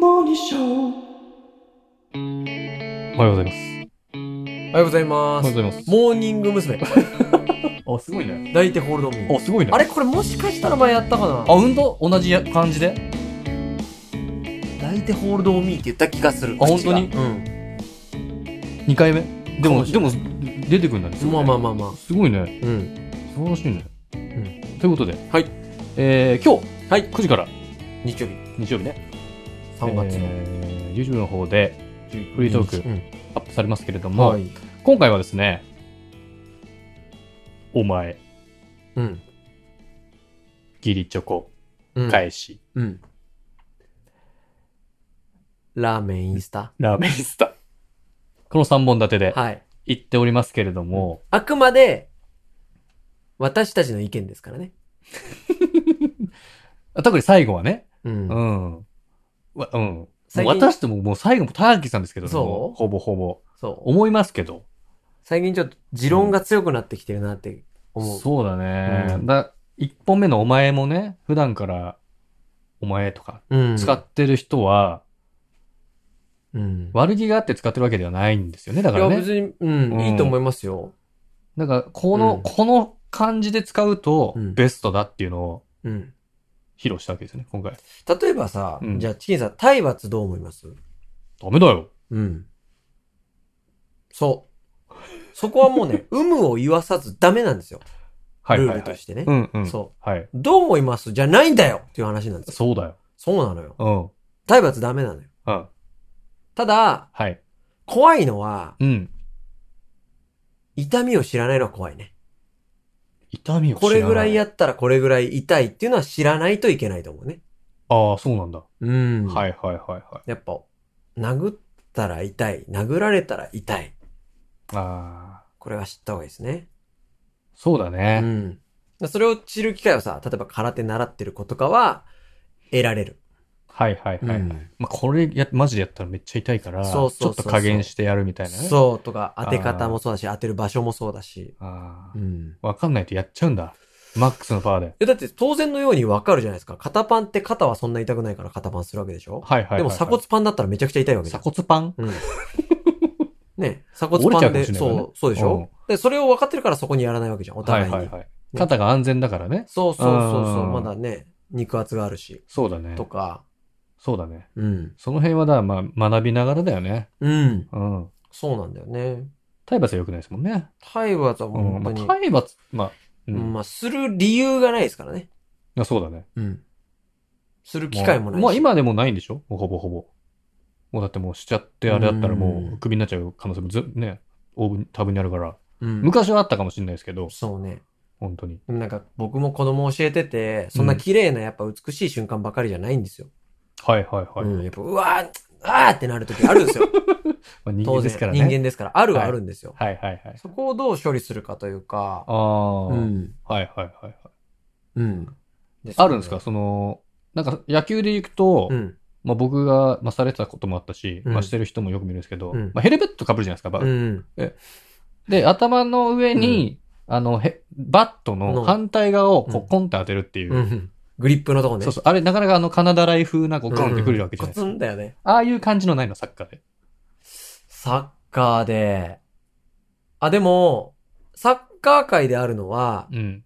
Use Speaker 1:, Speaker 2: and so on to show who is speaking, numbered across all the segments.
Speaker 1: モニショー。
Speaker 2: おはようございます。
Speaker 1: おはようございま
Speaker 2: おはよう
Speaker 1: す。
Speaker 2: ございます。
Speaker 1: モーニング娘。
Speaker 2: あ、すごいね。
Speaker 1: 抱いてホールドミー。
Speaker 2: あ、すごいね。
Speaker 1: あれこれもしかしたら前やったかな
Speaker 2: あ、うんと同じや感じで
Speaker 1: 抱いてホールドミーって言った気がする。
Speaker 2: あ本当に
Speaker 1: 口がうん。
Speaker 2: ?2 回目で
Speaker 1: か
Speaker 2: も、
Speaker 1: もしれ
Speaker 2: でも、出てくるんだね。
Speaker 1: まあまあまあまあ。
Speaker 2: すごいね。
Speaker 1: うん。
Speaker 2: 素晴らしいね。
Speaker 1: ん
Speaker 2: ということで、
Speaker 1: はい。
Speaker 2: えー、今日、
Speaker 1: はい
Speaker 2: 9時から
Speaker 1: 日曜日。
Speaker 2: 日曜日ね、
Speaker 1: 3月の。
Speaker 2: えー YouTube の方でフリートーク
Speaker 1: うん
Speaker 2: アップされますけれども、
Speaker 1: はい。
Speaker 2: 今回はですね、お前、
Speaker 1: うん。
Speaker 2: ギリチョコ、
Speaker 1: うん。
Speaker 2: 返し、
Speaker 1: うん。ラーメンインスタ。
Speaker 2: ラーメンスタ。この3本立てで
Speaker 1: はい。
Speaker 2: 言っておりますけれども、
Speaker 1: あくまで、私たちの意見ですからね。
Speaker 2: 特に最後はね、
Speaker 1: う。
Speaker 2: うんん。わうん。
Speaker 1: 最近
Speaker 2: 私とももう最後もターキーさんですけどね、
Speaker 1: そう
Speaker 2: もほぼほぼ。
Speaker 1: そう。
Speaker 2: 思いますけど。
Speaker 1: 最近ちょっと持論が強くなってきてるなって思う。
Speaker 2: そうだね。
Speaker 1: うん
Speaker 2: だ一本目のお前もね、普段からお前とか
Speaker 1: うん
Speaker 2: 使ってる人は、
Speaker 1: うん。
Speaker 2: 悪気があって使ってるわけではないんですよね。だから
Speaker 1: いや、
Speaker 2: ね。
Speaker 1: 別に、うん、
Speaker 2: うん
Speaker 1: いいと思いますよ。
Speaker 2: なんか、この、
Speaker 1: うん
Speaker 2: この感じで使うと
Speaker 1: うん
Speaker 2: ベストだっていうのを
Speaker 1: うん。
Speaker 2: 披露したわけですよね、今回。
Speaker 1: 例えばさ、
Speaker 2: うん
Speaker 1: じゃあ、チキンさん、体罰どう思います
Speaker 2: ダメだよ。
Speaker 1: うん。そう。そこはも うね、有無を言わさずダメなんですよ。
Speaker 2: はい
Speaker 1: ル
Speaker 2: は
Speaker 1: ー
Speaker 2: い
Speaker 1: ル
Speaker 2: は
Speaker 1: と
Speaker 2: い。
Speaker 1: してね。
Speaker 2: うんうん。
Speaker 1: そ
Speaker 2: はい。
Speaker 1: う。どう思いますじゃないんだよっていう話なんですよ。
Speaker 2: そうだよ。
Speaker 1: そうなのよ。
Speaker 2: うん。
Speaker 1: 体罰ダメなのよ。
Speaker 2: うん。
Speaker 1: ただ、
Speaker 2: はい。
Speaker 1: 怖いのは、
Speaker 2: うん。
Speaker 1: 痛みを知らないのは怖いね。
Speaker 2: 痛みを知
Speaker 1: こ
Speaker 2: らな
Speaker 1: れぐらいやったらこれぐらい痛いっていうのは知らないといけないと思うね。
Speaker 2: ああ、そうなんだ。
Speaker 1: うん。
Speaker 2: はいはいはいはい。
Speaker 1: やっぱ、殴ったら痛い。殴られたら痛い。
Speaker 2: ああ、
Speaker 1: これは知った方がいいですね。
Speaker 2: そうだ
Speaker 1: う
Speaker 2: ね。
Speaker 1: ん。それを知る機会をさ、例えば空手習ってる子とかは、得られる。
Speaker 2: はいはいはい。
Speaker 1: うん
Speaker 2: まあ、これや、マジでやったらめっちゃ痛いから、
Speaker 1: そうそうそうそう
Speaker 2: ちょっと加減してやるみたいなね。う。
Speaker 1: そうとか、当て方もそうだし、当てる場所もそうだし。
Speaker 2: ああ
Speaker 1: う、ん。
Speaker 2: わかんないとやっちゃうんだ。マックスのパワーで。
Speaker 1: え、だって当然のようにわかるじゃないですか。肩パンって肩はそんな痛くないから肩パンするわけでしょ、
Speaker 2: はいはいはいはい。
Speaker 1: でも鎖骨パンだったらめちゃくちゃ痛いわけじゃ
Speaker 2: 鎖骨
Speaker 1: ん。
Speaker 2: パン
Speaker 1: うん。ね鎖骨パン
Speaker 2: 折
Speaker 1: で、
Speaker 2: れちゃうかもしれないからね
Speaker 1: そう、そうでしょ、で、それを分かってるからそこにやらないわけじゃん、お
Speaker 2: は
Speaker 1: 互い
Speaker 2: い
Speaker 1: に。
Speaker 2: はいはい。肩が安全だからね。
Speaker 1: そうそうそうそうう、
Speaker 2: ん
Speaker 1: まだね、肉厚があるし、
Speaker 2: そうだね
Speaker 1: と。か、
Speaker 2: そうだね。
Speaker 1: うん。
Speaker 2: その辺はだ、まあ、学びながらだよね。
Speaker 1: うん。
Speaker 2: うん。
Speaker 1: そうなんだよね。
Speaker 2: 体罰は良くないですもんね。
Speaker 1: 体罰は
Speaker 2: う。
Speaker 1: もうん本当
Speaker 2: まあ、
Speaker 1: に、
Speaker 2: 体罰、まあ、うん。
Speaker 1: まあ、する理由がないですからね。
Speaker 2: いやそうだね。
Speaker 1: うん。する機会もないし。
Speaker 2: まあ今でもないんでしょもうほぼほぼ。もうだってもうしちゃってあれだったらも
Speaker 1: う
Speaker 2: うんクビになっちゃう可能性もず、ね、オーブン、多分にあるから。
Speaker 1: うん、
Speaker 2: 昔はあったかもしれないですけど、
Speaker 1: そうね。
Speaker 2: 本当に。
Speaker 1: でもなんか僕も子供教えてて、そんな綺麗なやっぱ美しい瞬間ばかりじゃないんですよ。
Speaker 2: はいはいはい。
Speaker 1: う
Speaker 2: ま
Speaker 1: ん。やっぱ、うわー、あーってなる時あるんですよ。
Speaker 2: あ 人
Speaker 1: 当
Speaker 2: 間
Speaker 1: 然。
Speaker 2: ですからね。
Speaker 1: 人間ですから。あるはあるんですよ。
Speaker 2: はいはいはい。
Speaker 1: そこをどう処理するかというか。
Speaker 2: ああ、
Speaker 1: うん。
Speaker 2: はいはいはいはい。
Speaker 1: うん。で
Speaker 2: あるんですかその、なんか野球で行くと、
Speaker 1: うん。
Speaker 2: まあ僕が、まあされてたこともあったし、
Speaker 1: うん
Speaker 2: まあしてる人もよく見るんですけど、
Speaker 1: うん
Speaker 2: まあヘルメット被るじゃないですか、バ
Speaker 1: うん。
Speaker 2: で、頭の上に、あの、へバットの反対側をこ
Speaker 1: うん
Speaker 2: うコンって当てるっていう
Speaker 1: う、ん。グリップのとこね。
Speaker 2: そうそう。あれ、なかなかあの、カナダライ風な、こう、
Speaker 1: うん
Speaker 2: ゴンってくるわけじゃないですか。
Speaker 1: コツンだよね。
Speaker 2: ああいう感じのないの、サッカーで。
Speaker 1: サッカーで、あ、でも、サッカー界であるのは、
Speaker 2: うん。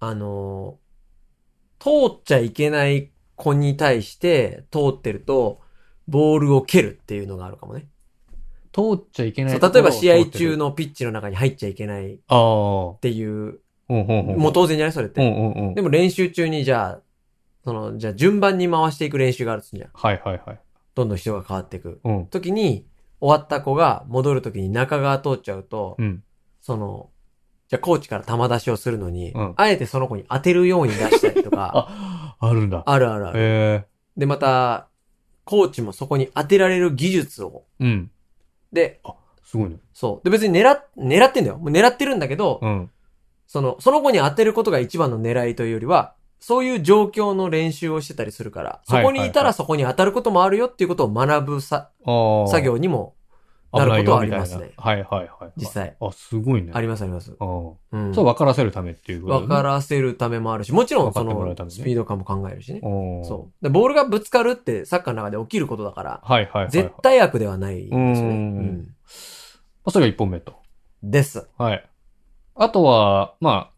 Speaker 1: あのー、通っちゃいけない子に対して通ってると、ボールを蹴るっていうのがあるかもね。
Speaker 2: 通っちゃいけな
Speaker 1: そ
Speaker 2: いうとこ
Speaker 1: 例え
Speaker 2: ろを
Speaker 1: ば
Speaker 2: 通って
Speaker 1: 試
Speaker 2: る。
Speaker 1: 合中のピッチの中に入っちゃいけないっ
Speaker 2: ああ。ほ
Speaker 1: ていう、
Speaker 2: うほうほう。
Speaker 1: もう当然じゃないそれっ
Speaker 2: うん
Speaker 1: て。
Speaker 2: うんうん。
Speaker 1: でも練習中にじゃあ、その、じゃあ順番に回していく練習があるとするじゃん。
Speaker 2: はいはいはい。
Speaker 1: どんどん人が変わっていく。
Speaker 2: うん。
Speaker 1: 時に、終わった子が戻る時に中側通っちゃうと、
Speaker 2: うん。
Speaker 1: その、じゃあコーチから球出しをするのに、
Speaker 2: うん
Speaker 1: あえてその子に当てるように出したりとか、
Speaker 2: あ、 あるんだ。
Speaker 1: あるあるある。
Speaker 2: へ
Speaker 1: で、また、コーチもそこに当てられる技術を。
Speaker 2: え。うん。
Speaker 1: で、
Speaker 2: すごいね。
Speaker 1: そう。で、別に狙っ、狙ってんだよ。もう狙ってるんだけど、
Speaker 2: うん。
Speaker 1: その、その子に当てることが一番の狙いというよりは、そういう状況の練習をしてたりするから、そこにいたらそこに当たることもあるよっていうことを学ぶさ、
Speaker 2: ああ。
Speaker 1: 作。業にも
Speaker 2: 危ないよ、み
Speaker 1: なることはあり
Speaker 2: たい
Speaker 1: ま
Speaker 2: な。
Speaker 1: すね
Speaker 2: はいはいはいはい。
Speaker 1: 実際。
Speaker 2: あ、すごいね。
Speaker 1: あり
Speaker 2: ま
Speaker 1: ますありま
Speaker 2: す。
Speaker 1: す。うん。
Speaker 2: そう、分からせるためっていうこと
Speaker 1: わからせるためもあるし、もちろんそ
Speaker 2: わかってもらうた
Speaker 1: の
Speaker 2: めね
Speaker 1: スピード感も考えるしね。
Speaker 2: お
Speaker 1: そう。でボールがぶつかるってサッカーの中で起きることだから、
Speaker 2: はいはいはいはい。
Speaker 1: 絶対悪ではないんですよね。
Speaker 2: う
Speaker 1: うんん。
Speaker 2: まあそれが1本目と。
Speaker 1: です。
Speaker 2: はい。あとは、まあ、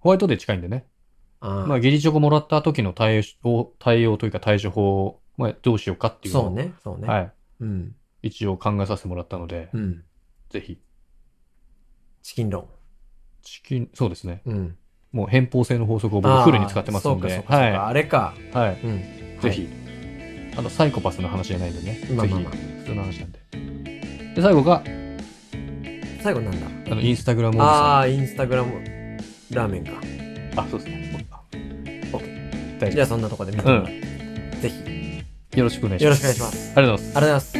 Speaker 2: ホワイトデー近いんでね。
Speaker 1: あー
Speaker 2: まあ、義理チョコもらった時の対応、対応というか対処法を、まあ、どうしようかっていうのを
Speaker 1: そうね。そうね。
Speaker 2: はい。
Speaker 1: うん。
Speaker 2: 一応考えさせてもらったので、
Speaker 1: うん。
Speaker 2: ぜひ。
Speaker 1: チキンロ
Speaker 2: チキン、そうですね。
Speaker 1: ーン。うん。
Speaker 2: もう偏方性の法則を僕フルに使ってます
Speaker 1: あー
Speaker 2: んで
Speaker 1: そう、かそうかそうか
Speaker 2: は
Speaker 1: あれか。
Speaker 2: い。はい。
Speaker 1: うん。
Speaker 2: ぜひ。あの、サイコパスの話じゃないんでね。
Speaker 1: まあ
Speaker 2: ぜ
Speaker 1: まあ
Speaker 2: ひ
Speaker 1: まあ、
Speaker 2: 普通の話なんで。で、最後が、
Speaker 1: 最後なんだ
Speaker 2: あの、インスタグラムおじさん。
Speaker 1: ああー、インスタグラムラーメンか。
Speaker 2: あ、そうですね。あ
Speaker 1: オッケー
Speaker 2: 大
Speaker 1: じ
Speaker 2: 丈
Speaker 1: ゃあそんなとこで、
Speaker 2: 夫。うん。
Speaker 1: ぜひ。
Speaker 2: よろしくお願いします。。
Speaker 1: よろしくお願いします
Speaker 2: ありがとうございます。
Speaker 1: ありがとうございます。